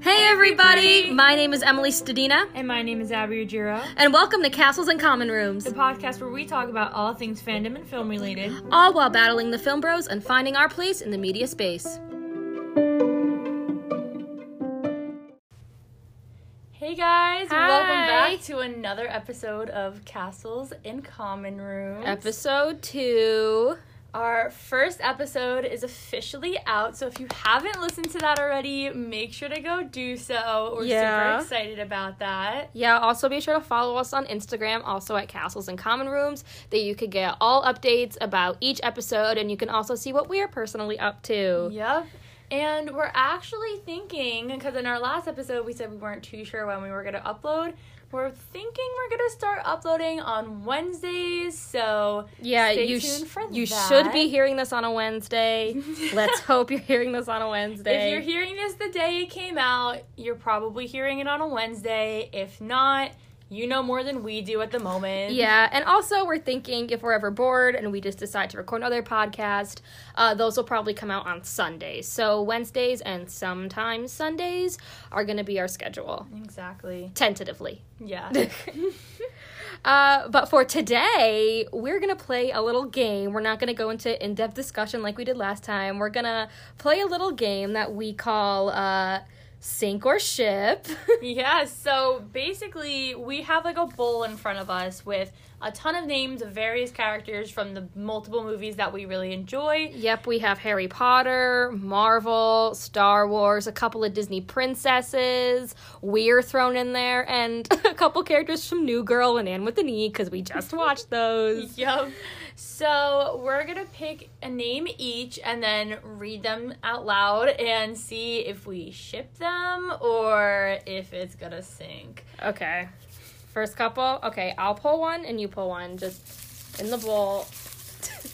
Hey everybody, my name is Emily Stadina, And my name is Abby Ruggiero, and welcome to Castles and Common Rooms, the podcast where we talk about all things fandom and film related. all while battling the film bros and finding our place in the media space. Hey guys, welcome Hi. back to another episode of Castles in Common Rooms. Episode 2. Our first episode is officially out, so if you haven't listened to that already, make sure to go do so. We're Yeah. super excited about that. Yeah, also be sure to follow us on Instagram, also at Castles and Common Rooms, that you could get all updates about each episode, and you can also see what we're personally up to. Yep. And we're actually thinking, because in our last episode we said we weren't too sure when we were going to upload. We're thinking we're going to start uploading on Wednesdays, so Yeah, Stay you tuned for you that. should be hearing this on a Wednesday. Let's hope you're hearing this on a Wednesday. If you're hearing this the day it came out, you're probably hearing it on a Wednesday. If not, you know more than we do at the moment. yeah, and also we're thinking if we're ever bored and we just decide to record another podcast, uh, those will probably come out on Sundays. So Wednesdays and sometimes Sundays are going to be our schedule, Exactly. tentatively. Yeah. Uh, but for today, we're gonna play a little game. We're not gonna go into in-depth discussion like we did last time. We're gonna play a little game that we call uh, sink or ship. yeah, so basically, we have like a bowl in front of us with a ton of names of various characters from the multiple movies that we really enjoy. yep, we have Harry Potter, Marvel, Star Wars, a couple of Disney princesses. We're thrown in there, and a couple characters from New Girl and Anne with the Knee because we just watched those. Yup. So, we're gonna pick a name each and then read them out loud and see if we ship them or if it's gonna sink. Okay, first couple. Okay, I'll pull one and you pull one. Just in the bowl.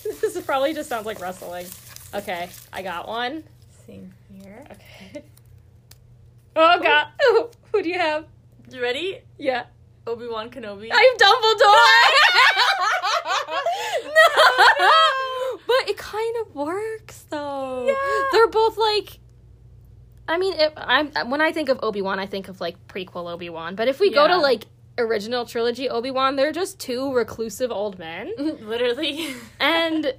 this is probably just sounds like wrestling. Okay, I got one. Same here. Okay. Oh God, Ooh, who do you have? You ready? Yeah. Obi Wan Kenobi. I'm Dumbledore. no. But it kind of works though. Yeah. They're both like. I mean, if I'm when I think of Obi Wan, I think of like prequel Obi Wan. But if we go to Yeah. like original trilogy Obi Wan, they're just two reclusive old men, Mm-hmm. Literally. and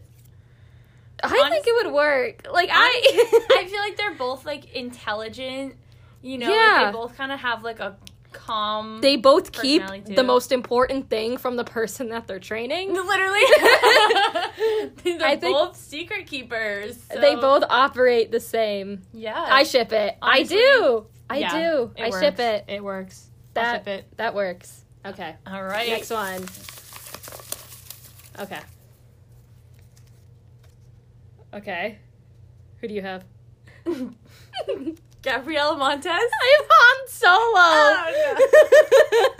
I think it would work. Like I I, feel like they're both like intelligent. You know, like, Yeah. they both kind of have like a calm. they both keep Personality too. the most important thing from the person that they're training. literally. they're I think- both secret keepers. They so- both operate the same. Yeah. I ship it. Honestly, I do. I Yeah, do. I ship works. it. It works. I'll That ship it. that works. Okay. All right. Next one. Okay. Okay. Who do you have? Gabriella Montez. I'm Han Solo. Oh,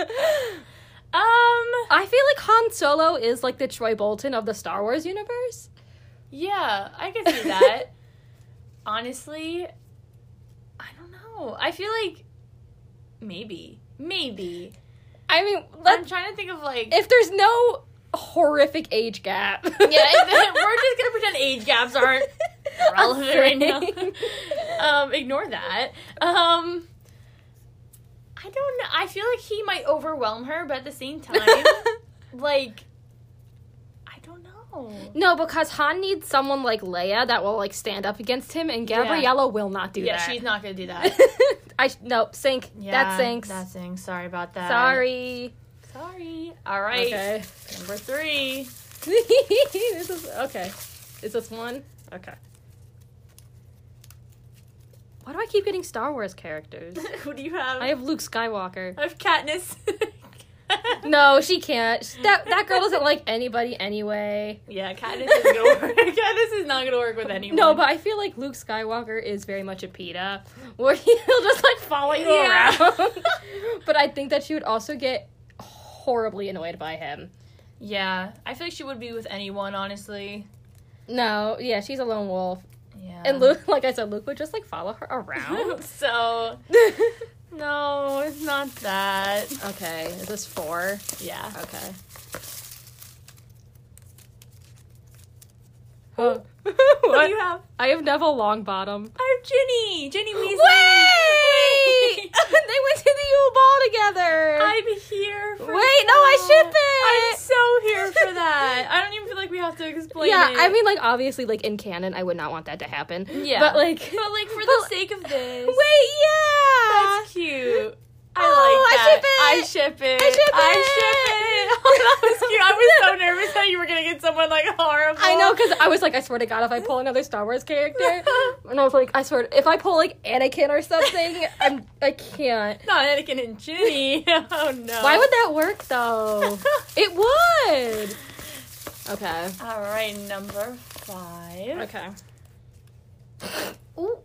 um. I feel like Han Solo is like the Troy Bolton of the Star Wars universe. Yeah, I can see that. Honestly, I don't know. I feel like maybe, maybe. I mean, I'm let trying to think of like if there's no horrific age gap. yeah, we're just gonna pretend age gaps aren't relevant right now. thing. Um, ignore that. Um, I don't know. I feel like he might overwhelm her, but at the same time, like, I don't know. no, because Han needs someone like Leia that will like stand up against him, and Yeah. Gabriella will not do Yeah, that. she's not gonna do that. I sh- no sink. that sinks. That sinks. Sorry about that. Sorry. Sorry. All right. Okay. Number three. this is okay. Is this one? Okay. Why do I keep getting Star Wars characters? Who do you have? I have Luke Skywalker. I have Katniss. No, she can't. She- That that girl doesn't like anybody anyway. Yeah, Katniss is gonna work. Katniss is not gonna work with anyone. No, but I feel like Luke Skywalker is very much a PETA, where he'll just like follow you Yeah. around. but I think that she would also get horribly annoyed by him. yeah, I feel like she would be with anyone, honestly. No, yeah, she's a lone wolf. Yeah. And Luke, like I said, Luke would just like follow her around. so no, it's not that. okay, is this four? Yeah. Okay. Oh. What do you have? I have Neville Longbottom. I have Ginny. Ginny Weasley. Wait! they went to the U Ball together. I'm here for Wait, no, I that. ship it. I'm so here for that. I don't even feel like we have to explain yeah, it. I mean, like obviously, like in canon, I would not want that to happen. Yeah. but like, But like for the but- sake of this. wait, yeah, That's cute. I Oh, I like ship it. that. ship I it. ship I it. ship it. Oh, that was cute. I was so nervous that you were gonna get someone like horrible. I know, because I was like, I swear to God, if I pull another Star Wars character, and I was like, I swear, if I pull like Anakin or something, I'm I can't. not Anakin and Ginny. Oh no. Why would that work though? it would. Okay. All right, number five. Okay. Ooh.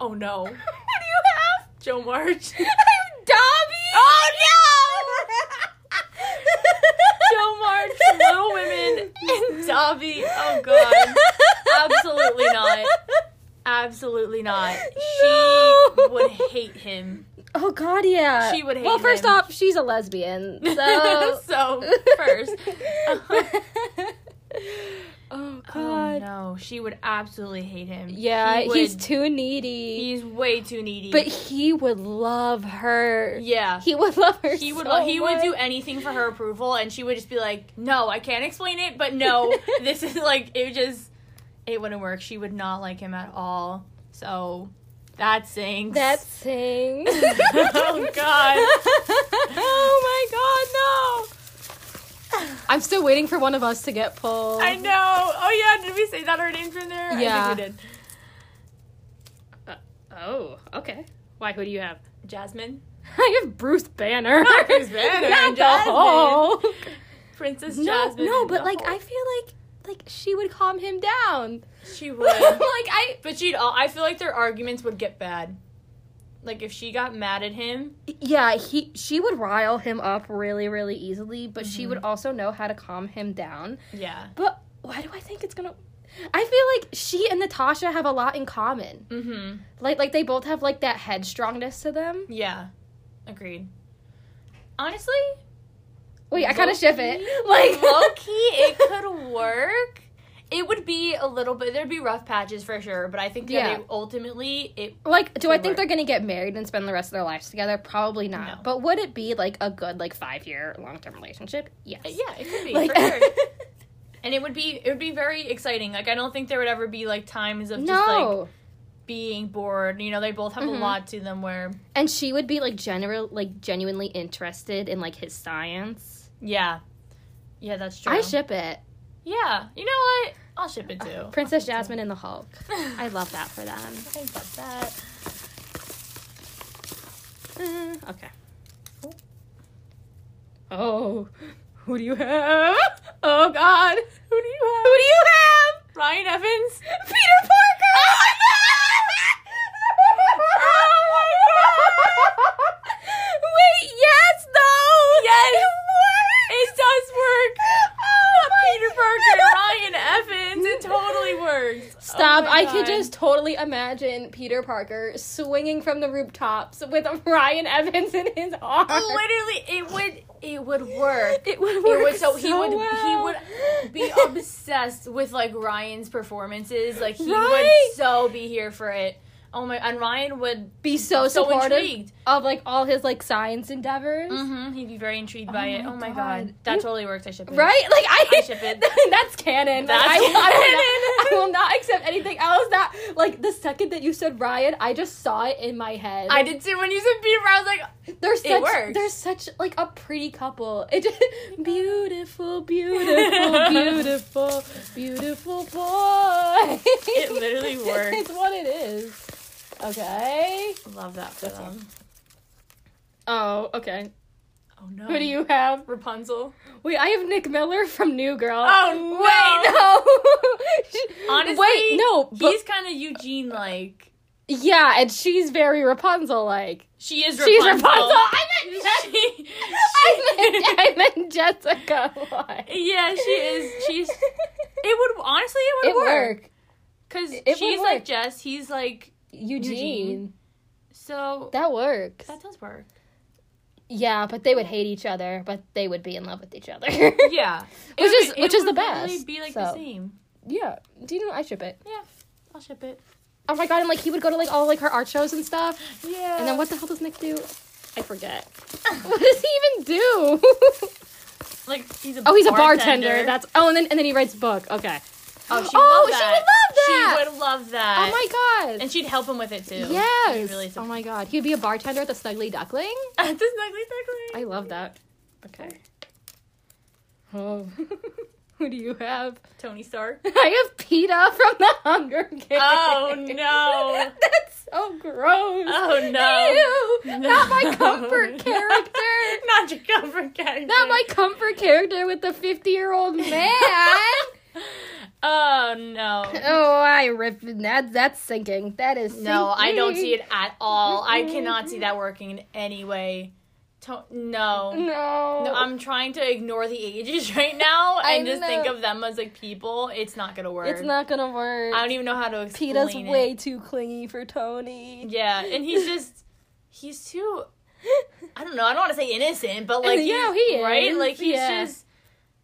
Oh no. What do you have? Joe March. I'm Dobby. Oh no! Joe March, Little Women, and Dobby. Oh god. Absolutely not. Absolutely not. She No. would hate him. Oh God, yeah. She would hate Well, first him. off, she's a lesbian, so. So, first. oh Oh God. no, she would absolutely hate him. Yeah, He would- he's too needy. he's way too needy. But he would love her. yeah, He would love her. he would so he would do much. anything for her approval, and she would just be like, "No, I can't explain it, but no, this is like it would just it wouldn't work. She would not like him at all. So that sinks. that thing. oh god. Oh my god, no. I'm still waiting for one of us to get pulled. I know. Oh yeah, did we say that our names were in there? I Yeah. think we did. Oh, okay. Why? Who do you have? Jasmine, I have Bruce Banner. Not Bruce Banner, Not the Jasmine. Hulk. Princess No, Jasmine. no, and but the like Hulk. I feel like like she would calm him down. she like would. I But she'd. al- I feel like their arguments would get bad. Like if she got mad at him, yeah, he she would rile him up really really easily, but she Mm-hmm. would also know how to calm him down. yeah. But why do I think it's going to I feel like she and Natasha have a lot in common. Mm-hmm. Like like they both have like that headstrongness to them. Yeah. Agreed. Honestly, Wait, I kind of ship it. Like low key, it could work. It would be a little bit. There'd be rough patches for sure, but I think that Yeah. they- ultimately it. Like, do I Good think work. they're gonna get married and spend the rest of their lives together? Probably not. No. But would it be like a good like five year long term relationship? Yes. Yeah, it could be Like- for sure. And it would be it would be very exciting. Like I don't think there would ever be like times of just like no. being bored. You know, they both have a Mhm. lot to them where and she would be like general like genuinely interested in like his science. yeah. Yeah, that's true. I ship it. Yeah. You know what? I'll ship it too. Princess Jasmine and the Hulk. I I love that for them. think about Mm, that. okay. Oh, who do you have? Oh God, who do you have? Who do you have? Ryan Evans. Peter Parker! oh my god! Wait, yes, though! Yes! It works! It does work. Oh my Peter God. Parker, Ryan Evans. It totally works. Oh Stop, my I could God. just totally imagine Peter Parker swinging from the rooftops with Ryan Evans in his arms. literally it would Oh, it would work. It would would- work so he would- he well. would Be oh, obsessed with like Ryan's performances. Like he Right? would so be here for it. Oh my and Ryan would be so so supportive intrigued. of like all his like science endeavors. Mm-hmm. He'd be very intrigued by Oh it. my Oh my god. God. That You- totally works. I should Right? Like I, I ship it. that's canon. That's like, I, will- I, canon. will not, I will not accept anything else. That like the second that you said Ryan, I just saw it in my head. I did too when you said Peter. I was like, They're such, works. They're such like a pretty couple. It just beautiful, beautiful, beautiful, beautiful boy. It literally works. it's what it is. Okay. love that for them. Oh, okay. Oh no. Who do you have? Rapunzel. Wait, I have Nick Miller from New Girl. Wait, no. Oh, Honestly, Wait, no. But, He's kind of Eugene like. yeah, and she's very Rapunzel like. She is Rapunzel. She's Rapunzel. I meant, Je- She, she- I, meant, I meant Jessica. Like. yeah, she is. She's. It would honestly, it would It work work. because It would she's work. like Jess. He's like Eugene. Eugene. so. That works. That does work. Yeah, but they would hate each other, but they would be in love with each other. Yeah, It Which would is- be- it which is the would literally best, Be like the so. same. Yeah. Do you know I ship it? Yeah, I'll ship it. Oh my god, and like he would go to like all like her art shows and stuff. Yeah. And then what the hell does Nick do? I forget. what does he even do? Like he's a oh, he's a bartender. That's oh, and then and then he writes book. Okay. oh, she, Oh, would she love would love that! She would love that. Oh my god. And she'd help him with it too. She'd yes. Really oh oh my god. He would be a bartender at the Snuggly Duckling. the snuggly snuggly. I love that. Okay. Oh. Who do you have? Tony Stark. I have PETA from the Hunger Games. Oh, no. That's so gross. Oh, no. Ew. No. Not my comfort character. Not your comfort character. Not my comfort character with the 50 year old man. Oh no. oh, I ripped that. That's sinking. That is sinking. No, I don't see it at all. I cannot see that working in any way. To- no. No. No, I'm trying to ignore the ages right now I and just think know. of them as like people. It's not gonna work. it's not gonna work. I don't even know how to explain PETA's it. way too clingy for Tony. Yeah, and he's just he's too I don't know, I don't want to say innocent, but like Uh, Yeah, he's- he is. right? Like he's Yeah. just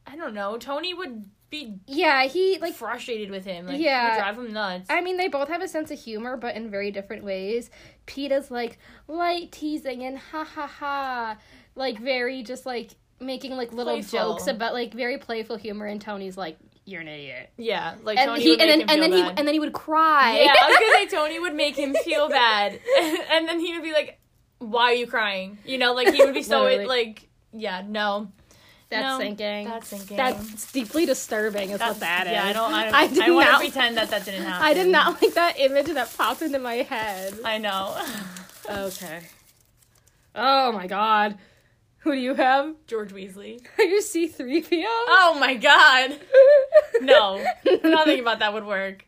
I don't know. Tony would be Yeah, he, like, frustrated with him. Like yeah. Yeah. drive him nuts. I mean, they both have a sense of humor, but in very different ways. PETA's like light teasing and ha ha ha, like very just like making like little Playful. jokes about like very playful humor, and Tony's like, "You're an idiot," yeah, like and Tony he would and make then and him feel then he bad. and then he would cry. Yeah, I was gonna say Tony would make him feel bad, and then he would be like, "Why are you crying?" You know, like he would be so Literally. like, yeah, no, That's No, sinking. that's sinking. That's deeply disturbing. Is what that is. yeah, I don't. I, don't, I I, did want to not- pretend that that didn't happen. I did not like that image that popped into my head. I know. Okay. Oh my god. Who do you have? George Weasley. Are you C3PO? Oh my God. No, nothing about that would work.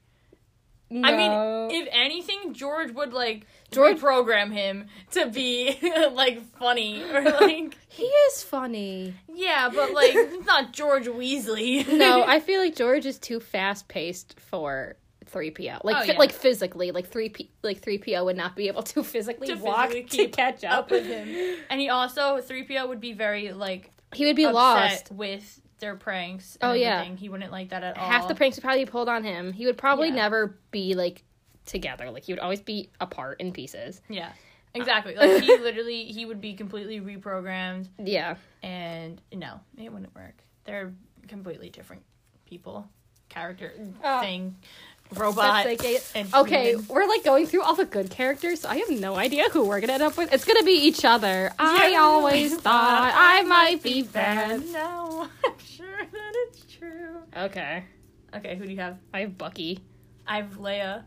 I No. mean, if anything, George would like George- George program him to be like funny or like he is funny. yeah, but like it's not George Weasley. No, I feel like George is too fast paced for 3PO. Like Oh, fi- yeah. like physically, like 3P like 3PO would not be able to physically To walk physically to keep catch up. up with him. And he also three PO would be very like He would be upset lost. with their pranks. And Oh, yeah. everything. he wouldn't like that at all. Half the pranks would probably be pulled on him. He would probably Yeah. never be like together. Like he would always be apart in pieces. yeah, exactly. Like he literally he would be completely reprogrammed, Yeah. and no, it wouldn't work. They're completely different people, character Oh. thing, robot. That's like a- and Okay, human. we're like going through all the good characters, so I have no idea who we're gonna end up with. It's gonna be each other. I Yeah. always thought I might be Bad. bad. No, I'm sure that it's true. Okay, Okay, who do you have? I have Bucky. I have Leia,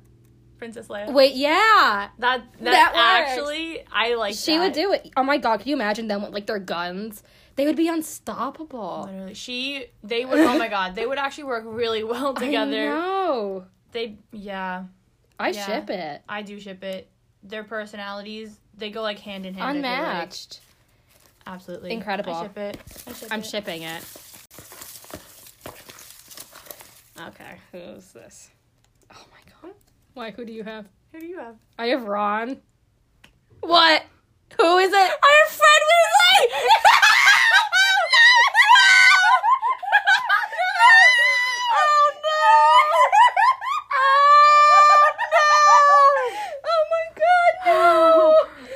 Princess Leia. Wait, yeah, That That that, works. actually I like. she would that. do it. Oh my god, can you imagine them with like their guns? They would be unstoppable. Literally, she they would. Oh my god, they would actually work really well I together. know. They yeah, I Yeah. ship it. I do ship it. Their personalities they go like hand in hand. I feel like. Unmatched. absolutely Incredible. I ship it. I ship I'm it. shipping it. Okay, who's this? Oh my god. Why? Who do you have? Who do you have? I have Ron. What? Who is it? I have Fred Weasley! oh no! Oh no! Oh my god, no!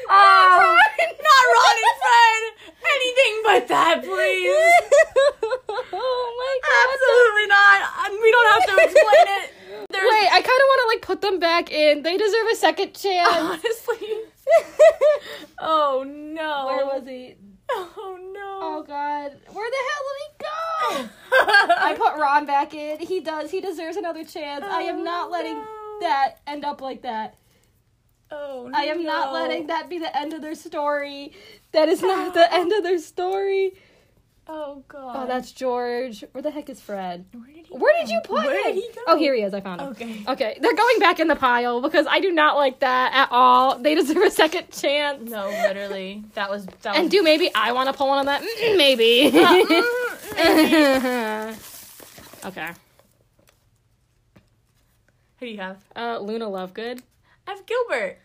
Oh, not Ron and Fred. Anything but that, please. oh Absolutely not. Um, We don't have to explain it. my god. There's Wait, I kind of want to like put them back in. They deserve a second chance. honestly. Oh no. Where was he? Oh Oh no. god. Where the hell did he go? I put Ron back in. He does. He deserves another chance. I am not letting no. that end up like that. Oh, I am not no. letting that be the end of their story. That is not the end of their story. Oh god. Oh, that's George. Where the heck is Fred? Where did he? Where did you put Where him? did he go? Oh, here he is. I found him. Okay. Okay, they're going back in the pile because I do not like that at all. They deserve a second chance. No, literally, that was that. And was, do maybe I want to pull one on that? Mm, Maybe. okay. who do you have? Uh, Luna Lovegood. I have Gilbert.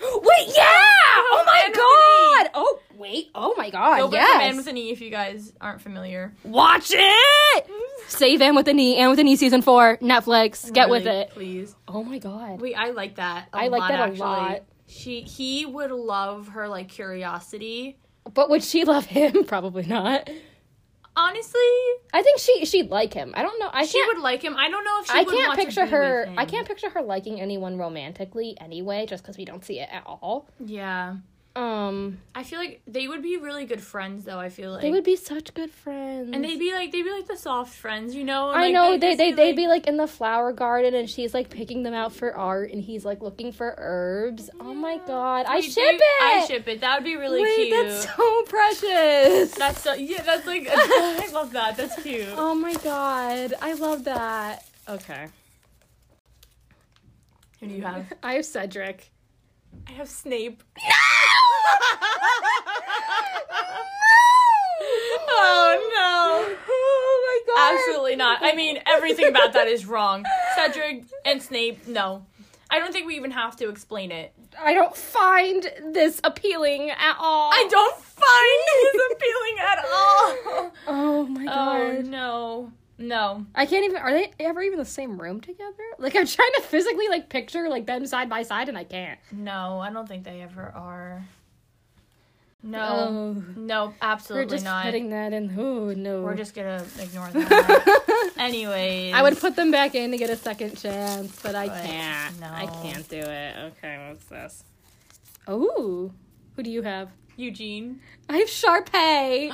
Wait, yeah! Oh Man with an god! Oh wait, oh my god, Gilbert the Man yes! with an E. If you guys aren't familiar, Watch it! Save and with a knee, and with a knee season four, Netflix. Get with Really, it. please. Oh my god. Wait, I like that. I I like that a lot. She he would love her like curiosity. But would she love him? Probably not. Honestly, I think she she'd like him. I don't know. I she can't. would like him. I don't know if she I would can't want to picture be with her. I him. can't picture her liking anyone romantically anyway, just because we don't see it at all. Yeah. Um, I feel like they would be really good friends though, I feel like. they would be such good friends. and they'd be like they'd be like the soft friends, you know? I Like, know they'd they they just they'd like- be like in the flower garden, and she's like picking them out for art, and he's like looking for herbs. Oh my god, I Wait, ship they- it. I ship it. That would be really Wait, cute. that's so precious. That's so yeah, that's like I love that. That's cute. oh my god, I love that. Okay, Who do you have? I have Cedric. I have Snape. Oh no! Oh my god! Absolutely not. I mean, everything about that is wrong. Cedric and Snape, no. I don't think we even have to explain it. I don't find this appealing at all. I don't find his appealing at all. Oh my Oh god! no. No. I can't even. Are they ever even the same room together? Like I'm trying to physically like picture like them side by side, and I can't. No, I don't think they ever are. No. Oh, No, we're absolutely just not. putting that in. Oh no! We're just gonna ignore that. Anyways. I would put them back in to get a second chance, but I But can't. no. I can't do it. Okay, what's this? Oh, who do you have? Eugene. I have Sharpay.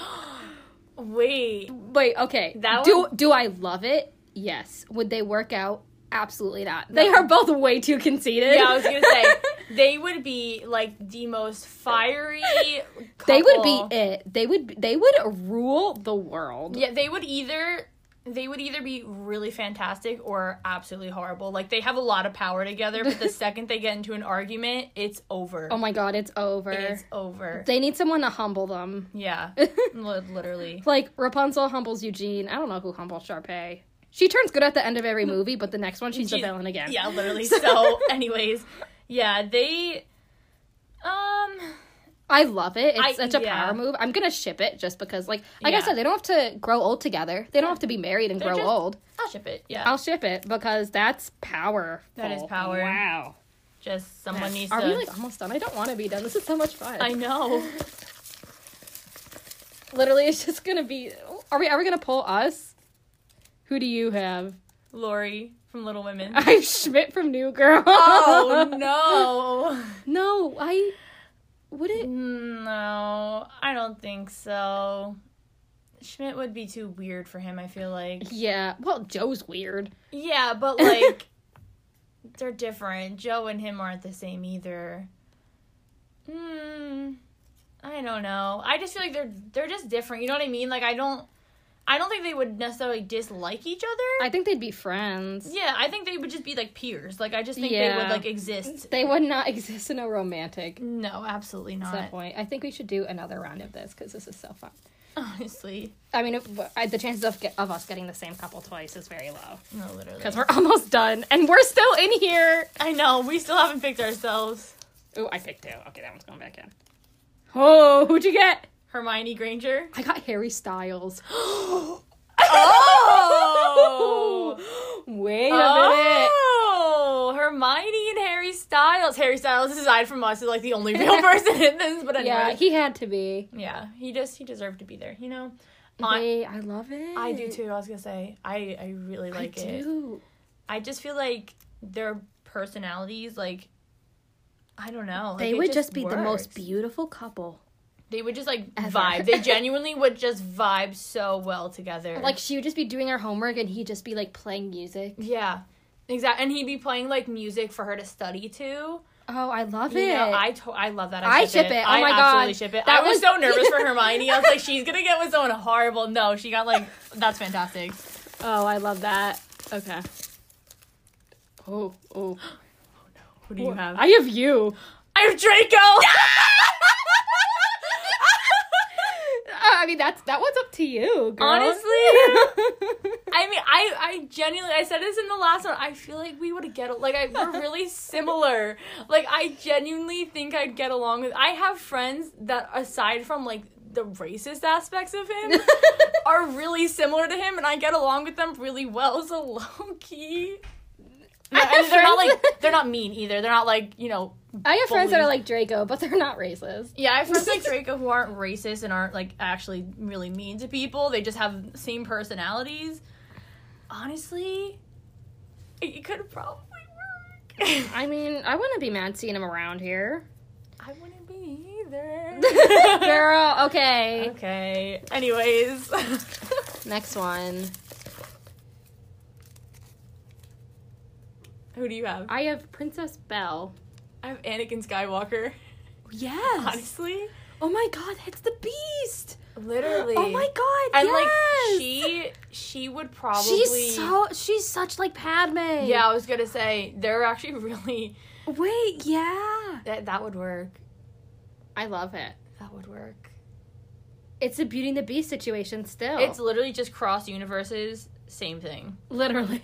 Wait. Wait, okay. That do one- do I love it? Yes. Would they work out? Absolutely not. They are both way too conceited. Yeah, I was gonna say they would be like the most fiery. they would couple. be it. They would they would rule the world. Yeah, they would either they would either be really fantastic or absolutely horrible. Like they have a lot of power together, but the second they get into an argument, it's over. Oh my god, it's over. it's over. They need someone to humble them. yeah, Li- literally. Like Rapunzel humbles Eugene. I don't know who humbles Sharpay. She turns good at the end of every movie, but the next one she's the She's- villain again. Yeah, literally. So, anyways, yeah, they. Um, I love it. It's I- such a yeah. power move. I'm gonna ship it just because, like, like I Yeah. said, they don't have to grow old together. They don't have to be married and They're grow just- old. I'll ship it. Yeah, I'll ship it because that's power. That is power. Wow. just someone needs Are to. we like almost done? I don't want to be done. This is so much fun. I know. Literally, it's just gonna be. Are we ever gonna pull us? Who do you have? Lori from Little Women. I have Schmidt from New Girl. Oh no! I would no. it. Mm, No, I don't think so. Schmidt would be too weird for him, I feel like. Yeah. Well, Joe's weird. Yeah, but like they're different. Joe and him aren't the same either. Hmm. I don't know. I just feel like they're they're just different. You know what I mean? Like I don't I don't think they would necessarily dislike each other. I think they'd be friends. yeah, I think they would just be like peers. Like I just think they Yeah. would like exist. They would not exist in a romantic No, absolutely not. point. I think we should do another round of this because this is so fun. Honestly. I mean, if- I- the chances of get, of us getting the same couple twice is very low. No, literally. Because we're almost done and we're still in here. I know, we still haven't picked ourselves. Oh, I picked two. Okay, that one's going back in. Oh, who'd you get? Hermione Granger. I got Harry Styles. Oh! Wait a minute. oh! Hermione and Harry Styles. Harry Styles, aside from us, is like the only real person in this, but anyway. Yeah, Yeah, he had to be. he, just, he deserved to be there, you know? I, Wait, I love it. I do too, I was gonna say. I, I really like I it. do. I just feel like their personalities, like, I don't know. They like, it would just be the most works. beautiful couple. They would just like Ever. vibe. They genuinely would just vibe so well together. Like she would just be doing her homework and he'd just be like playing music. yeah, exactly. And he'd be playing like music for her to study to. Oh, I love You it. know, I to- I love that. I ship it. Oh I my God. absolutely ship it. That I was- was, so nervous for Hermione. I was like, she's gonna get with someone horrible. No, she got like that's fantastic. oh, I love that. Okay. Oh, oh. Who do you have? I have you. I have Draco. Uh, I mean, that's that one's up to you, girl. Honestly. I mean, I, I genuinely, I said this in the last one. I feel like we would get like I, we're really similar. Like I genuinely think I'd get along with. I have friends that aside from like the racist aspects of him are really similar to him, and I get along with them really well. So low key, I have and they're not friends- like they're not mean either. They're not like you know. I have friends that bullies. are like Draco, but they're not racist. Yeah, I've friends like Draco who aren't racist and aren't like actually really mean to people. They just have the same personalities. Honestly, it it could probably work. I mean, I wouldn't be mad seeing him around here. I wouldn't be either. Girl, okay. Okay. Anyways. Next one. Who do you have? I have Princess Belle. I have Anakin Skywalker. Yes. Honestly. Oh my god, that's the beast. Literally. Oh my god. And yes. like she she would probably She's so she's such like Padme. Yeah, I was gonna say they're actually really Wait, yeah. that that would work. I love it. That would work. It's a Beauty and the Beast situation still. It's literally just cross universes, same thing. literally.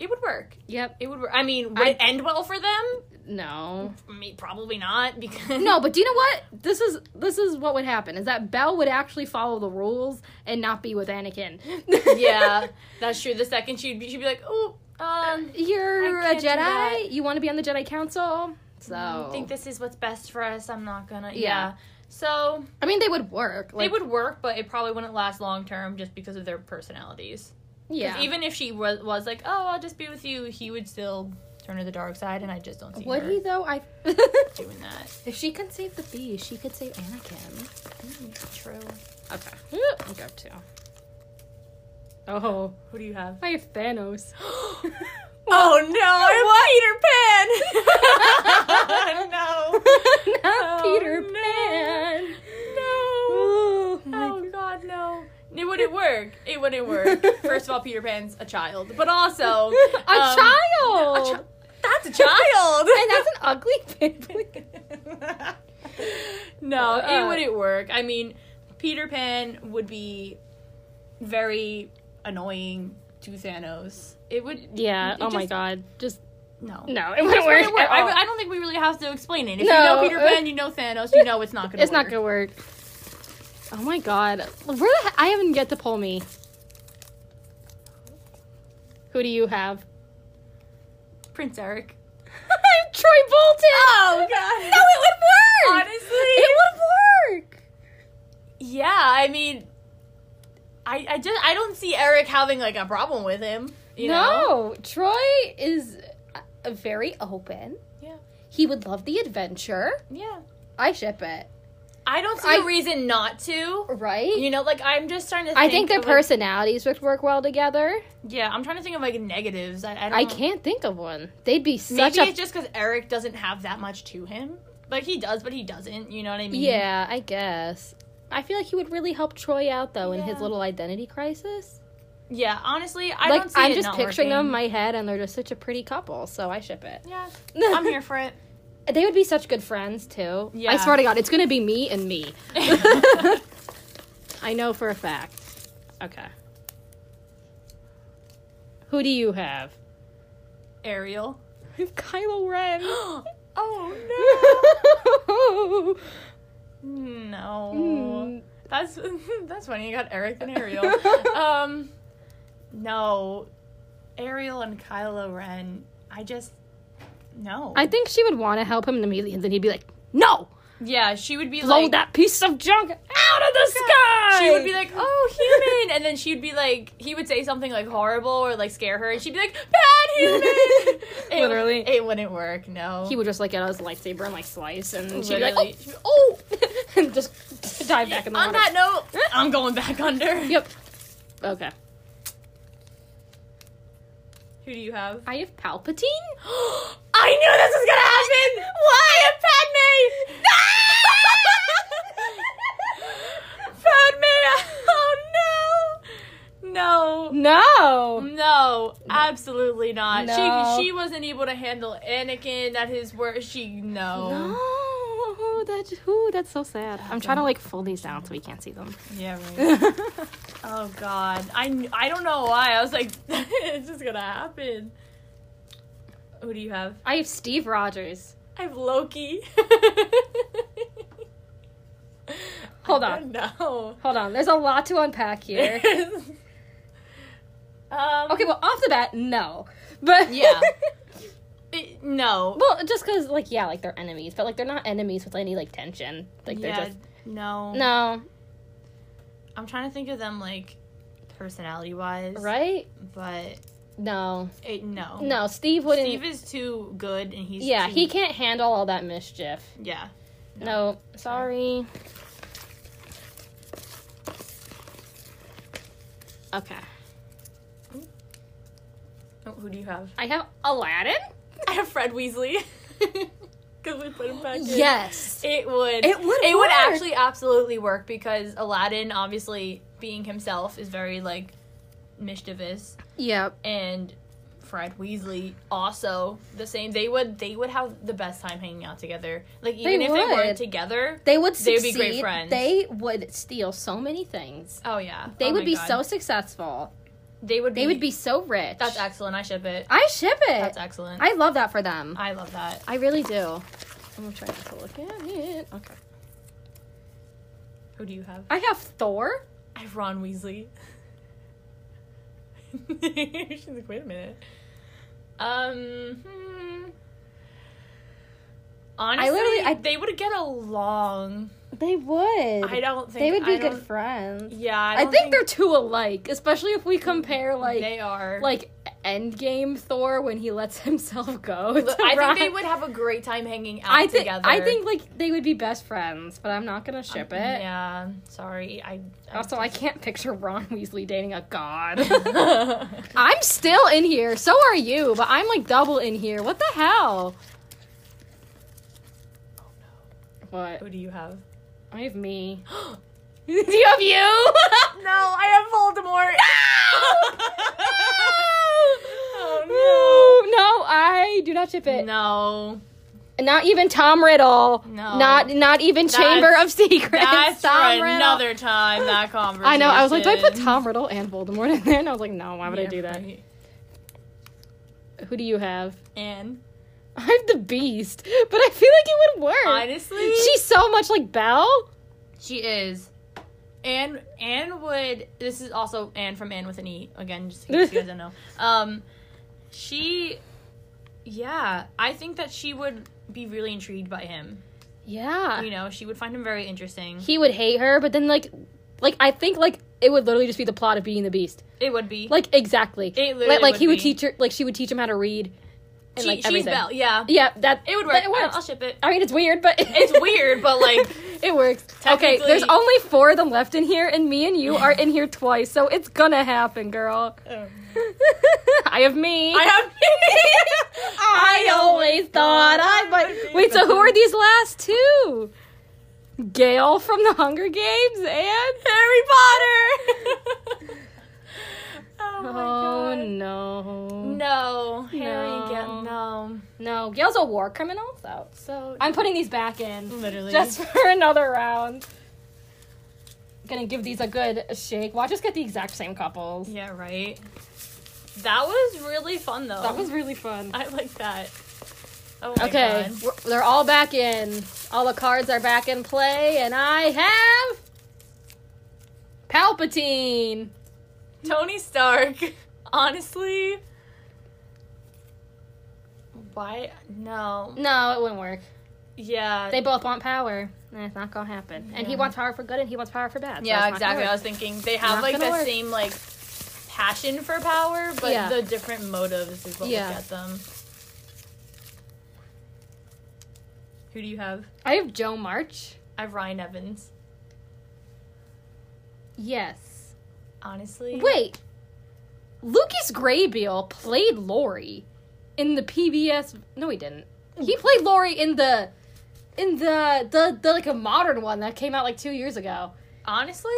It would work. yep. It would work. I mean, would I- it end well for them? No. Me, probably not because No, but do you know what? This is this is what would happen is that Belle would actually follow the rules and not be with Anakin. yeah, that's true. The second she'd be, she'd be like, oh, um, You're I a can't do that. Jedi. You want to be on the Jedi Council. So I think this is what's best for us. I'm not gonna. Yeah. So I mean, they would work. Like, they would work, but it probably wouldn't last long term just because of their personalities. 'Cause Yeah. Even if she was, was like, oh, I'll just be with you, he would still turn to the dark side, and I just don't see would her he though? I. doing that. if she can save the bees, she could save Anakin. True. Okay. I'll go too. Oh, Who do you have? I have Thanos. Oh no! I want Peter Pan. Not Peter Oh, no. Pan. No. Oh, my Oh God, no. It wouldn't work. It wouldn't work. First of all, Peter Pan's a child, but also a um, child. a chi- that's a child. and that's an ugly pig. no, it Uh, wouldn't work. I mean, Peter Pan would be very annoying to Thanos. It would. yeah. It oh my just- god. Just No. no. It wouldn't work. It wouldn't work. at all. I, I don't think we really have to explain it. If you No. know Peter Pan, you know Thanos, you know it's not gonna. it's work. not gonna work. Oh my god. Where the he- I haven't yet to pull me. Who do you have? Prince Eric. I'm Troy Bolton. Oh, God. No, it would work. Honestly. it would work. Yeah, I mean, I I just I don't see Eric having like a problem with him. You know? no, Troy is uh, very open. Yeah. He would love the adventure. Yeah. I ship it. I don't see I- a reason not to. Right? You know, like I'm just trying to. Think I think their of, like- personalities would work well together. yeah, I'm trying to think of like negatives. I I, don't, I can't think of one. They'd be such Maybe a it's just because Eric doesn't have that much to him. Like he does, but he doesn't. You know what I mean? Yeah, I guess. I feel like he would really help Troy out though in his Yeah. little identity crisis. Yeah. Honestly, I like don't see I'm it just not picturing them working. in my head, and they're just such a pretty couple. So I ship it. Yeah. I'm here for it. they would be such good friends too. I Yeah. swear to God, it's gonna be me and me. I know for a fact. Okay. Who do you have? Ariel. I have Kylo Ren. oh no. no. No. Mm. That's that's funny. You got Eric and Ariel. um, no, Ariel and Kylo Ren. I just no. I think she would want to help him immediately, and then he'd be like, "No, yeah, she would be blow like Oh that piece of junk out of the sky." She would be like, "Oh, human," and then she'd be like, he would say something like horrible or like scare her, and she'd be like, "Bad human." It- Literally. it wouldn't work. No, he would just like get out his lightsaber and like slice, and she'd be like, Literally. "Oh, oh," and just dive back in the On water. that note, I'm going back under. Yep. Okay. Who do you have? I have Palpatine. I knew this was gonna happen. Why a Padme? Padme! Oh no! No. No. No, absolutely not. No. She she wasn't able to handle Anakin at his worst. She no. No. That's ooh, that's so sad. Oh, I'm trying to like fold these down so we can't see them. Yeah. Right. oh god. I kn- I don't know why. I was like, it's just gonna happen. Who do you have? I have Steve Rogers. I have Loki. Hold on. No. Hold on. There's a lot to unpack here. um, okay, well, off the bat, no. But Yeah. it- no. well, just because, like, yeah, like they're enemies, but like they're not enemies with any like tension. Like they're yeah, just no. no, I'm trying to think of them like personality wise. right? But No, it, no. no. Steve wouldn't. Oh. Steve is too good and he's yeah, too- he can't handle all that mischief. Yeah. No, sorry. Okay, Oh, who do you have? I have Aladdin. I have Fred Weasley. Because we put him back in. Yes. It would. It would It work. would actually absolutely work because Aladdin, obviously being himself, is very like mischievous, Yep. and Fred Weasley also the same. They would. They would have the best time hanging out together. Like even if they would. weren't together. They would They succeed. would be great friends. They would steal so many things. Oh yeah. They Oh would my be God. so successful. They would. Be, They would be so rich. That's excellent. I ship it. I ship it. That's excellent. I, I love that for them. love that. I really do. I'm trying to look at it. Okay. Who do you have? I have Thor. I have Ron Weasley. She's like, wait a minute. Um. hmm. Honestly, literally- I- they would get along. They would. I don't think they would be I good don't- friends. Yeah, I, I, don't Mm, think, they're two alike, especially if we compare like they are. like Endgame Thor when he lets himself go. But to I Ron. think they would have a great time hanging out I think together. Um, I think like they would be best friends, but I'm not gonna ship it. Yeah, sorry. I, I Also, I can't picture Ron Weasley dating a god. can't. I'm still in here. So are you, but I'm like double in here. What the hell? Oh, What? Who do you have? I have me. Do you have you? No, I have Voldemort. oh no. No, I do not ship it. no. Not even Tom Riddle. No. Not not even That's- Chamber of Secrets. That's for Tom Riddle. another time. That conversation. I know. I was like, do I put Tom Riddle and Voldemort in there? And I was like, no, why would I do that? Who do you have? And I have the Beast, but I feel like it would work. honestly, she She's so much like Belle. she is. And Anne would. This is also Anne from Anne with an E again, just in case you guys don't know. Um, she, yeah, I think that she would be really intrigued by him. Yeah. You know, she would find him very interesting. He would hate her, but then like, like I think like it would literally just be the plot of Being the Beast. It would be Like exactly. It literally like like he would would be. teach her. Like she would teach him how to read. And she, like she's everything. Belle. Yeah, Yeah, that it would work. that- It I'll, works. I'll ship it. I mean, it's weird, but It's weird, but like it works. Okay, Technically- there's only four of them left in here, and me and you are in here twice, so it's gonna happen, girl. Oh. I have me. I have. I always thought I might. Wait, so who are these last two? Gail from the Hunger Games and Harry Potter. Oh my oh god. no, No, Harry No. no. no. no, Gail's a war criminal, so So I'm putting these back in literally just for another round. gonna give these a good shake. Watch us get the exact same couples. Yeah, right. That was really fun though. That was really fun. I like that. Oh my Okay, god. we're- they're all back in. All the cards are back in play, and I have Palpatine. Tony Stark. Honestly. Why no. No, it wouldn't work. Yeah. They both want power, and it's not gonna happen. And he Yeah. wants power for good, and he wants power for bad. so yeah, it's not gonna exactly. I work. was thinking they have Not like gonna the work. same like passion for power, but Yeah. the different motives is what Yeah. would get them. Who do you have? I have Joe March. I have Ryan Evans. Yes. Honestly. Wait, Lucas Grabeel played Lori in the PBS. No, he didn't. He played Lori in the in the the, the like a modern one that came out like two years ago. Honestly,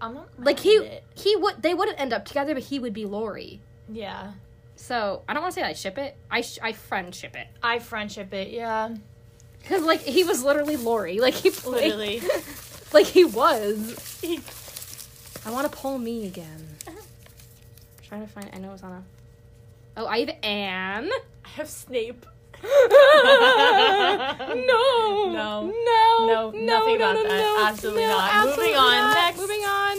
I'm not mad like he at it. he would they wouldn't end up together but he would be lori Yeah, so i don't want to say i ship it i sh- i friendship it I friendship it. Yeah, because like he was literally lori like he played- Literally. like he was He- i want to pull me again I'm trying to find i know it's on a oh i have anne I have Snape. no. No. No. No, nothing about that. Absolutely not. absolutely Moving on, not. next. Moving on.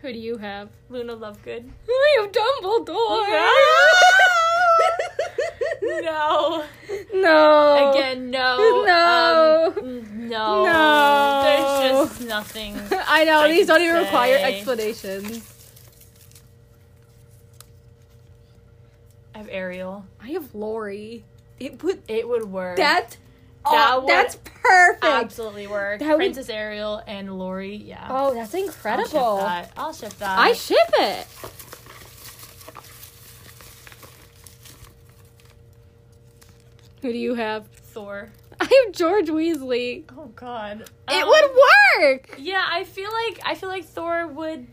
Who do you have? Luna Lovegood. I have Dumbledore. No. no. Again, no. No. Um, no. No. There's just nothing. I know, I these can don't even require say. explanations. I have Ariel. I have Lori. It would. It would work. That. That oh, would- that's perfect. absolutely work. That would- Princess Ariel and Lori. Yeah. Oh, that's I'll ship incredible. that. I'll ship that. I ship it. Who do you have? Thor. I have George Weasley. Oh God. it Um, would work. Yeah, I feel like I feel like Thor would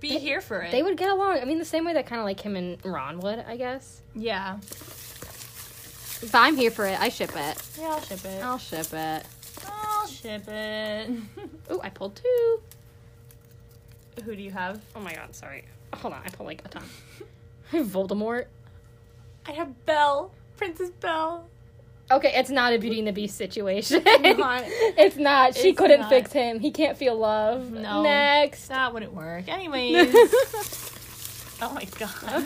be They- here for it. They would get along. I mean, the same way that kind of like him and Ron would, I guess. Yeah. But I'm here for it. I ship it. Yeah, I'll ship it. I'll ship it. I'll ship it. Oh, I pulled two. Who do you have? Oh my god, sorry. Hold on, I pulled like a ton. I have Voldemort. I have Belle. Princess Belle. Okay, it's not a Beauty and the Beast situation. Not- it's not. She It's couldn't not. fix him. He can't feel love. No. Next. That wouldn't work. Anyways. Who oh my god.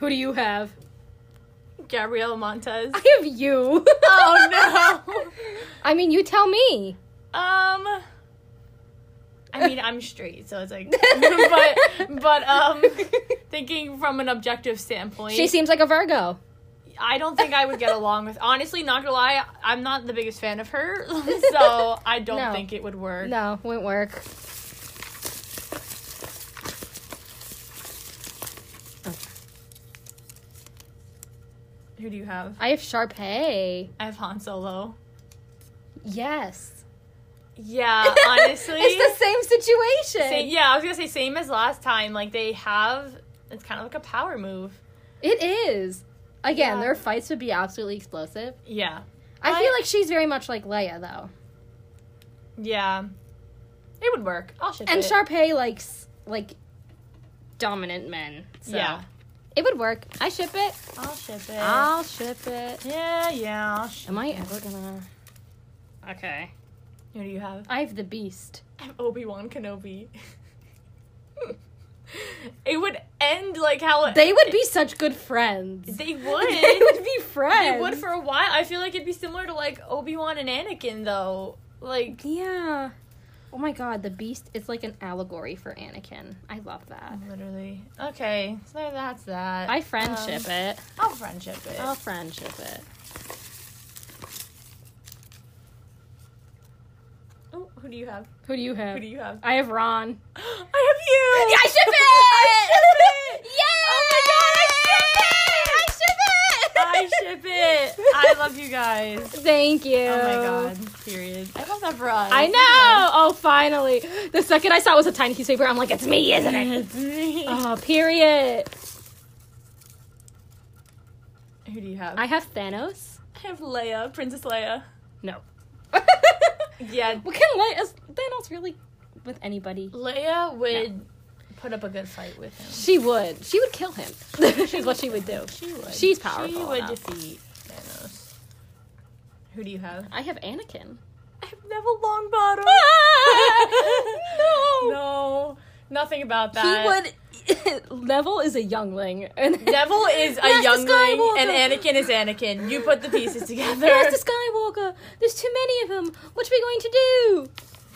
do you have? Gabrielle Montez. I have you. Oh no. I mean, you tell me. Um I mean I'm straight, so it's like but but um thinking from an objective standpoint. she seems like a Virgo. I don't think I would get along with. Honestly, not gonna lie, I'm not the biggest fan of her, so I don't No. think it would work. No, wouldn't work. Who do you have? I have Sharpay. I have Han Solo. Yes. Yeah, honestly, it's the Uh, same situation. same, yeah. I was gonna say same as last time. Like they have, it's kind of like a power move. It is. Again, Yeah. their fights would be absolutely explosive. Yeah, I, I- feel like she's very much like Leia, though. yeah, it would work. I'll ship And it. Sharpay likes like dominant men. So Yeah, it would work. I ship it. Eh. I'll ship it. I'll ship it. yeah, yeah. I'll ship Am I it. ever gonna? Okay. Who do you have? I have the beast. I have Obi Wan Kenobi. it would end like how it They would be such good friends. They would. They would be friends. They would for a while. I feel like it'd be similar to like Obi Wan and Anakin, though. Like, Yeah. Oh my god, the beast is like an allegory for Anakin. I love that. literally. Okay, so that's that. I friendship Um, it. I'll friendship it. I'll friendship it. Oh, who do you have? Who do you have? Who do you have? I have Ron. I have you. I ship it! I ship it! Oh I I ship it. I love you guys. Thank you. Oh my god. Period. I love that for us. I know. Oh, finally. The second I saw it was a tiny piece of paper, I'm like, it's me, isn't it? Oh. Oh, period. Who do you have? I have Thanos. I have Leia, Princess Leia. No. Yeah, What can Le- is Thanos really with anybody? Leia would put up a good fight with him. She would. She would kill him. is what she would do. She would. She's powerful She would enough. defeat Thanos. Who do you have? I have Anakin. I have Neville Longbottom. no. no, nothing about Ah! He that. would. Neville is a youngling, and Neville is a Master youngling, and Skywalker. Anakin is Anakin. You put the pieces together. Master Skywalker. There's too many of them. What are we going to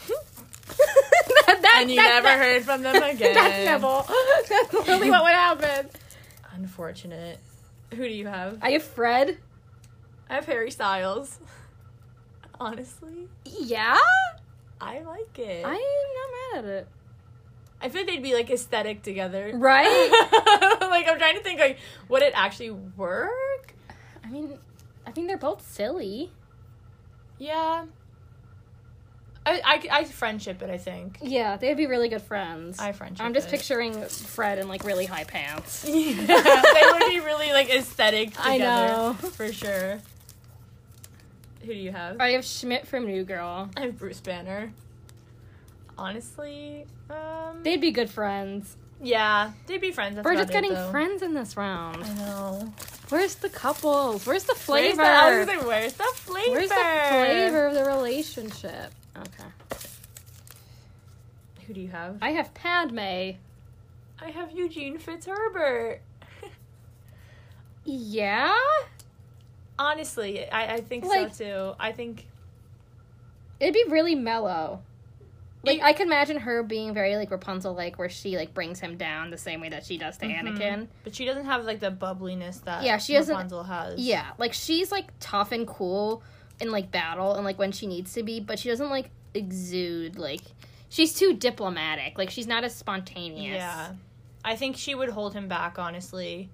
do? that, that- and you that- never that- heard from them again. That's Neville. That's really what would happen. Unfortunate. Who do you have? I have Fred. I have Harry Styles. Honestly, Yeah, I like it. I am not mad at it. I feel like they'd be like aesthetic together. Right? like I'm trying to think like would it actually work? I mean, I think they're both silly. Yeah. I I, I friendship it, I think. Yeah, they'd be really good friends. I friendship I'm just it. picturing Fred in like really high pants. they would be really like aesthetic together. I know. For sure. Who do you have? I have Schmidt from New Girl. I have Bruce Banner. Honestly, um They'd be good friends. Yeah, they'd be friends. That's We're about just it, getting though. friends in this round. I know. Where's the couples? Where's the Where's flavor? the, I was gonna say, where's the flavor? Where's the flavor of the relationship? Okay. Who do you have? I have Padme. I have Eugene Fitzherbert. Yeah? Honestly, I, I think Like- so too. I think It'd be really mellow. Like It- I can imagine her being very like Rapunzel like where she like brings him down the same way that she does to Mm-hmm. Anakin. But she doesn't have like the bubbliness that Yeah, she doesn't- Rapunzel has. Yeah, like she's like tough and cool in like battle and like when she needs to be, but she doesn't like exude like she's too diplomatic. Like she's not as spontaneous. Yeah. I think she would hold him back honestly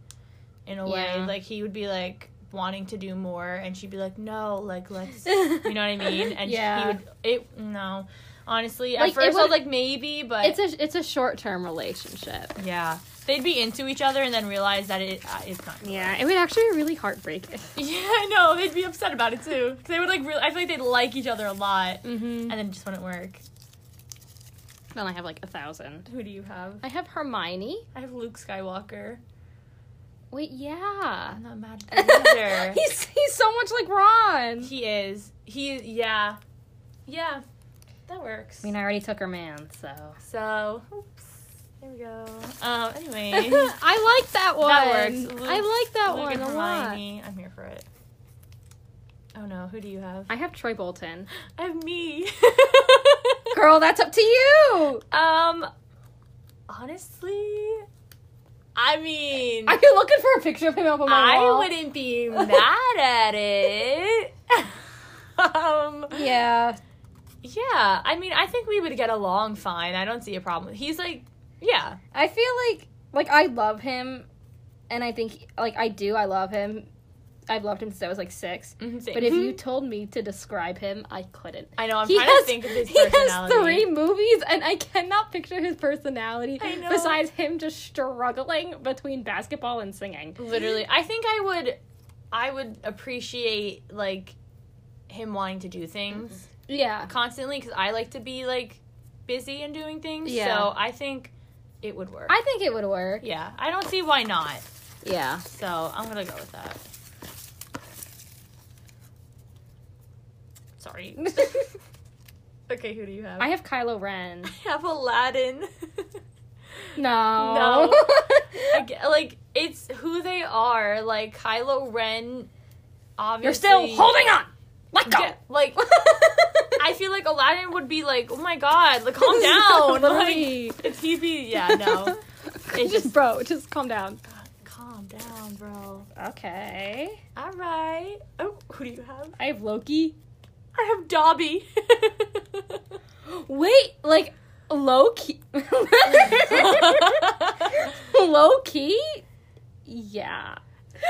in a Yeah. way like he would be like wanting to do more and she'd be like no, like let's you know what I mean? And Yeah. he would it no. Honestly, at Like, it first I was would- like maybe, but It's a it's a short term relationship. yeah. They'd be into each other and then realize that it uh, it's not. Yeah, it would actually be really heartbreaking. Yeah, I know. They'd be upset about it too. 'Cause They would like. Re- I feel like they'd like each other a lot, Mm-hmm. and then it just wouldn't work. Then I have like a thousand. Who do you have? I have Hermione. I have Luke Skywalker. Wait, yeah. I'm not mad at that either. he's he's so much like Ron. he is. He yeah, yeah. That works. I mean, I already took her man, so. so, oops. There we go. Um. Anyway, I like that one. that works. Luke- I like that Luke one and a lot. Hermione. I'm here for it. Oh no, who do you have? I have Troy Bolton. I have me. Girl, that's up to you. um. Honestly, I mean, Are you looking for a picture of him up on my I wall? wouldn't be mad at it. um, Yeah. yeah, I mean, I think we would get along fine. I don't see a problem. He's like, yeah, I feel like like I love him, and I think like I do. I love him. I've loved him since I was like six. But if you told me to describe him, I couldn't. Mm-hmm. I know, I'm he trying has, to think of his he personality. has three movies, and I cannot picture his personality I know. besides him just struggling between basketball and singing. Literally, I think I would, I would appreciate like him wanting to do things Mm-hmm. Yeah. constantly because I like to be like busy and doing things. Yeah. So I think it would work. I think it would work. yeah, I don't see why not. Yeah. So I'm gonna go with that. Sorry. Okay, who do you have? I have Kylo Ren. have Aladdin. No. Ag- like it's who they are. Like Kylo Ren. Obviously, You're still holding on. Let go. Yeah, like I feel like Aladdin would be like, oh my god, like calm This is down. Like lovely. if he'd be, yeah, no, It's just just- bro, just calm down. calm down, bro. Okay. All right. Oh, who do you have? I have Loki. I have Dobby. Wait, like Loki. Loki? Yeah.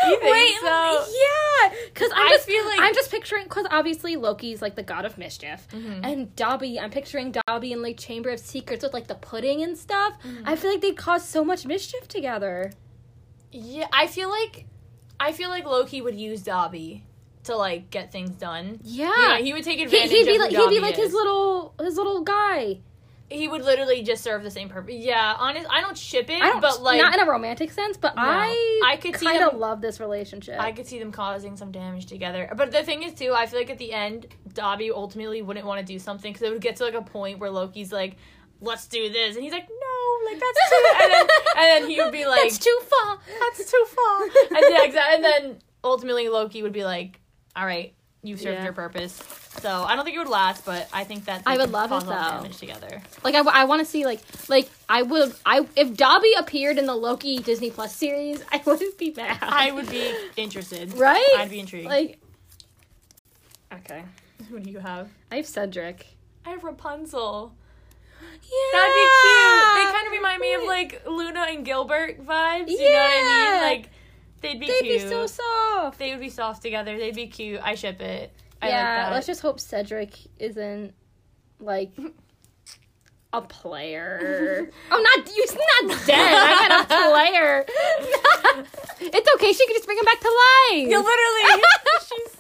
You think Wait, so? yeah, because I'm I just feel like- I'm just picturing because obviously Loki's like the god of mischief, Mhm. and Dobby. I'm picturing Dobby in like Chamber of Secrets with like the pudding and stuff. I feel like they cause so much mischief together. yeah, I feel like, I feel like Loki would use Dobby to like get things done. Yeah, Yeah, he would take he, advantage. would be of like who he'd be Dobby like his is. little his little guy. He would literally just serve the same purpose. Yeah, honest. I don't ship it, I don't, but like, not in a romantic sense, but No. I I could see kind of him- love this relationship. I could see them causing some damage together. But the thing is, too, I feel like at the end, Dobby ultimately wouldn't want to do something because it would get to like a point where Loki's like, "Let's do this," and he's like, "No, like that's too," and then, and then he would be like, "That's too far." "That's too far," and yeah, exactly. And then ultimately, Loki would be like, "All right, you've served Yeah. your purpose." So I don't think it would last, but I think that they I would can love it, cause a lot of though. Damage together. Like I, want to see like like I would I if Dobby appeared in the Loki Disney Plus series, I wouldn't be mad. I would be interested. right. I'd be intrigued. like. Okay, Who do you have? I have Cedric. I have Rapunzel. Yeah, That'd be cute. They kind of remind me of like Luna and Gilbert vibes. You know what I Yeah. mean? Like they'd be They'd cute. be so soft. they would be soft together. They'd be cute. I ship it. I yeah, like let's that. just hope Cedric isn't like a player. oh, not you. Not dead. I meant a player. it's okay. She can just bring him back to life. You literally. she's,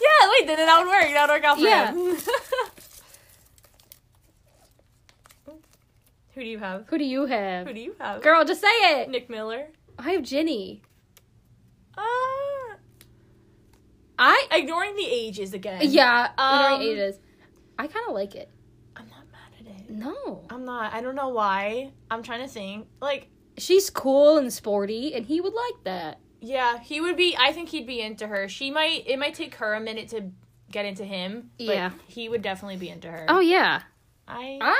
yeah, wait. Then that would work. That would work out for Yeah. him. Who do you have? Who do you have? Who do you have? Girl, just say it. Nick Miller. I have Ginny. Uh, I ignoring the ages again. yeah. Um, Um, ages. I kind of like it. I'm not mad at it. No, I'm not. I don't know why. I'm trying to think. Like, she's cool and sporty, and he would like that. yeah, he would be. I think he'd be into her. She might. It might take her a minute to get into him. But Yeah. He would definitely be into her. Oh yeah. I. I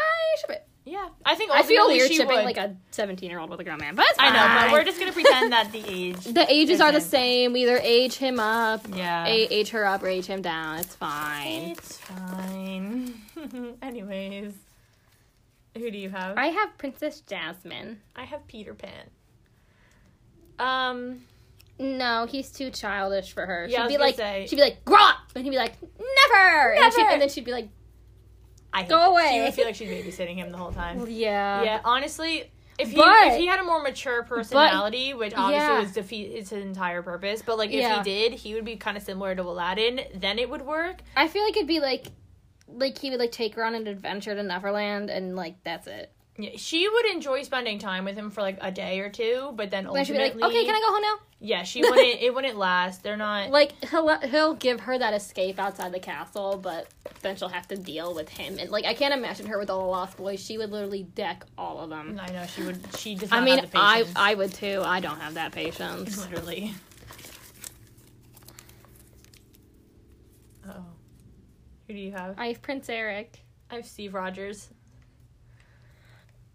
should. yeah. I think. I feel ultimately weird she shipping would. like a seventeen-year-old with a grown man, but it's I know, fine. but we're just gonna pretend that the age. the ages are the isn't. same. We either age him up, Yeah. a- age her up, or age him down. It's fine. It's fine. Anyways, who do you have? I have Princess Jasmine. I have Peter Pan. Um, No, he's too childish for her. she'd Yeah, I was be gonna like, say- she'd be like, grow up, and he'd be like, never, And, she, Never! and then she'd be like, I hate Go that. away. She would feel like she's babysitting him the whole time. yeah, Yeah, honestly, if he But- if he had a more mature personality, which obviously Yeah. was defeat its entire purpose, but like if Yeah. he did, he would be kind of similar to Aladdin. Then it would work. I feel like it'd be like, like he would like take her on an adventure to Neverland, and like that's it. Yeah, she would enjoy spending time with him for like a day or two, but then And then she'd be ultimately, like, okay, can I go home now? yeah, she wouldn't. it wouldn't last. They're not. Like he'll he'll give her that escape outside the castle, but then she'll have to deal with him. And like I can't imagine her with all the Lost Boys. She would literally deck all of them. I know she would. She does. Not I mean, have the I patience. I would too. I don't have that patience. literally. Oh, who do you have? I have Prince Eric. I have Steve Rogers.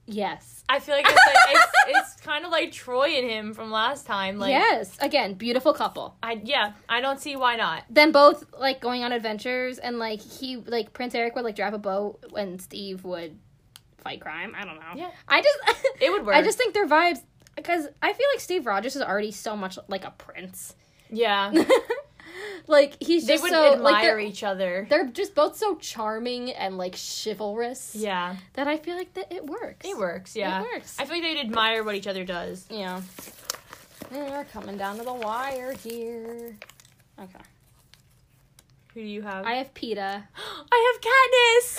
Yes. I feel like it's like, it's, it's kind of like Troy and him from last time. Like, yes. Again, beautiful couple. I yeah, I don't see why not. Then both like going on adventures and like he like Prince Eric would like drive a boat and Steve would fight crime. I don't know. Yeah. I just It would I work. just think their vibes because I feel like Steve Rogers is already so much like a prince. Yeah, like he's they just would so like admire they're, each other. they're just both so charming and like chivalrous Yeah, that I feel like that it works. it works. Yeah, works. I feel like they'd admire what each other does. Yeah. And we're coming down to the wire here. Okay. Who do you have? I Oh, have PETA. I have Katniss.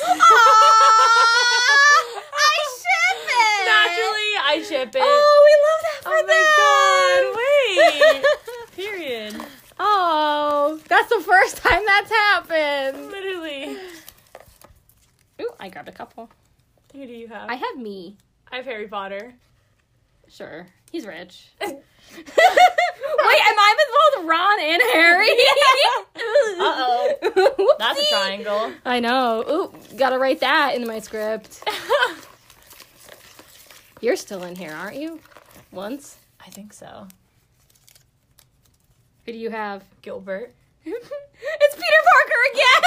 Naturally, I ship it. Oh, we Oh love my that for them. god! Wait. Period. oh, that's the first time that's happened. Literally. Ooh, I grabbed a couple. Who do you have? I have me. I have Harry Potter. Sure, he's rich. Wait, am I with both Ron and Harry? Uh-oh. Whoopsie. That's a triangle. I know. Ooh, gotta write that into my script. I You're still in here, aren't you? Once. think so. Who do you have? Gilbert. it's Peter Parker again.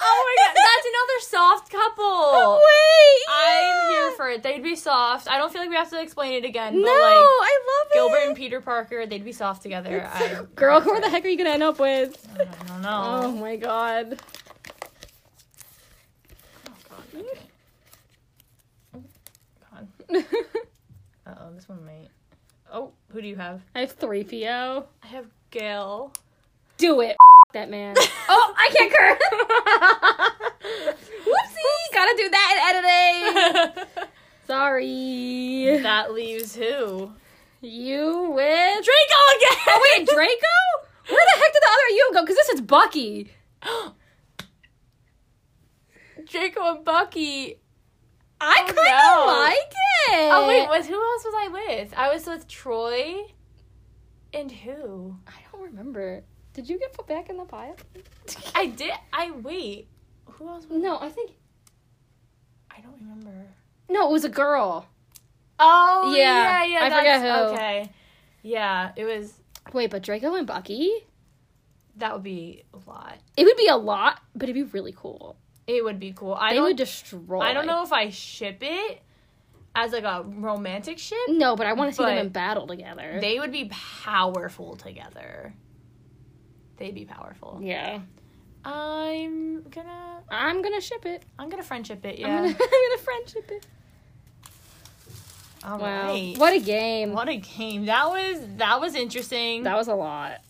Oh my god, that's another soft Oh, couple. Wait. I'm yeah. here for it. They'd be soft. I don't feel like we have to explain it again. No, but like I love Gilbert it. and Peter Parker, they'd be soft together. I, Girl, who the heck are you gonna end up with? I don't Oh know. my god. Oh, god. Okay. Oh, God. Uh oh, this one might. Oh, who do you have? I have three PO. I have Gail. Do it. That man. oh, I can't curse. Whoopsie. Gotta do that in editing. that Sorry. leaves who? You with Draco again! Oh wait, Draco? Where the heck did the other you go? Because this is Bucky. Draco and Bucky. I Oh, kind of no. like it. Oh wait, was who else was I with? I was with Troy. And who? I don't remember. Did you get put back in the pile? I did. I wait. Who else? Was, No, I think I don't remember. no. It was a girl. Oh Yeah, yeah, yeah. I that's- forget who. Okay. Yeah, it was. Wait, but Draco and Bucky? That would be a lot. It would be a lot, but it'd be really cool. It would be cool. I They don't. would destroy. I don't know if I ship it as like a romantic ship. No, but I want to see them But- in battle together. They would be powerful together. They'd be powerful. yeah, I'm gonna I'm gonna ship it. I'm gonna friendship it. I'm, gonna, Yeah. I'm gonna friendship it. All Wow, right. what a game! What a game. That was that was interesting. That was a lot.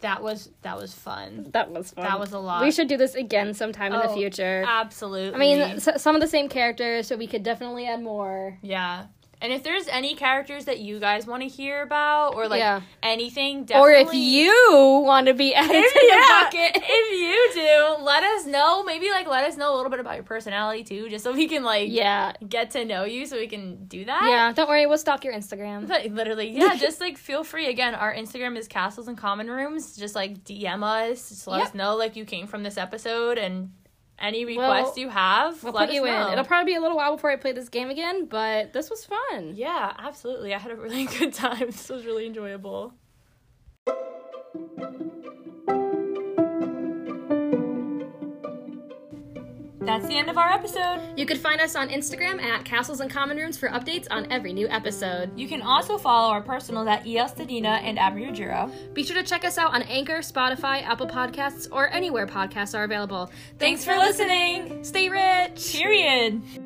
that was that was fun. That was fun. That was a lot. We should do this again sometime in the Oh, future. Absolutely. I mean, s- some of the same characters, so we could definitely add more. yeah. And if there's any characters that you guys want to hear about or like Yeah. anything, definitely. Or if you want to be added to the yeah, bucket. if you do, let us know. Maybe like let us know a little bit about your personality too, just so we can like Yeah. get to know you, so we can do that. Yeah, don't worry, we'll stalk your Instagram. But literally, yeah, just like feel free. Again, our Instagram is castles and common rooms. Just like DM us, just let Yep. us know like you came from this episode and any Well, requests you have. We'll put let us you know. in. It'll probably be a little while before I play this game again, but this was fun. yeah, absolutely. I had a really good time. This was really enjoyable. That's the end of our episode. You could find us on Instagram at Castles and Common Rooms for updates on every new episode. You can also follow our personals at Elstadina and Abriujiro. Be sure to check us out on Anchor, Spotify, Apple Podcasts, or anywhere podcasts are available. Thanks for listening. Stay rich! Period.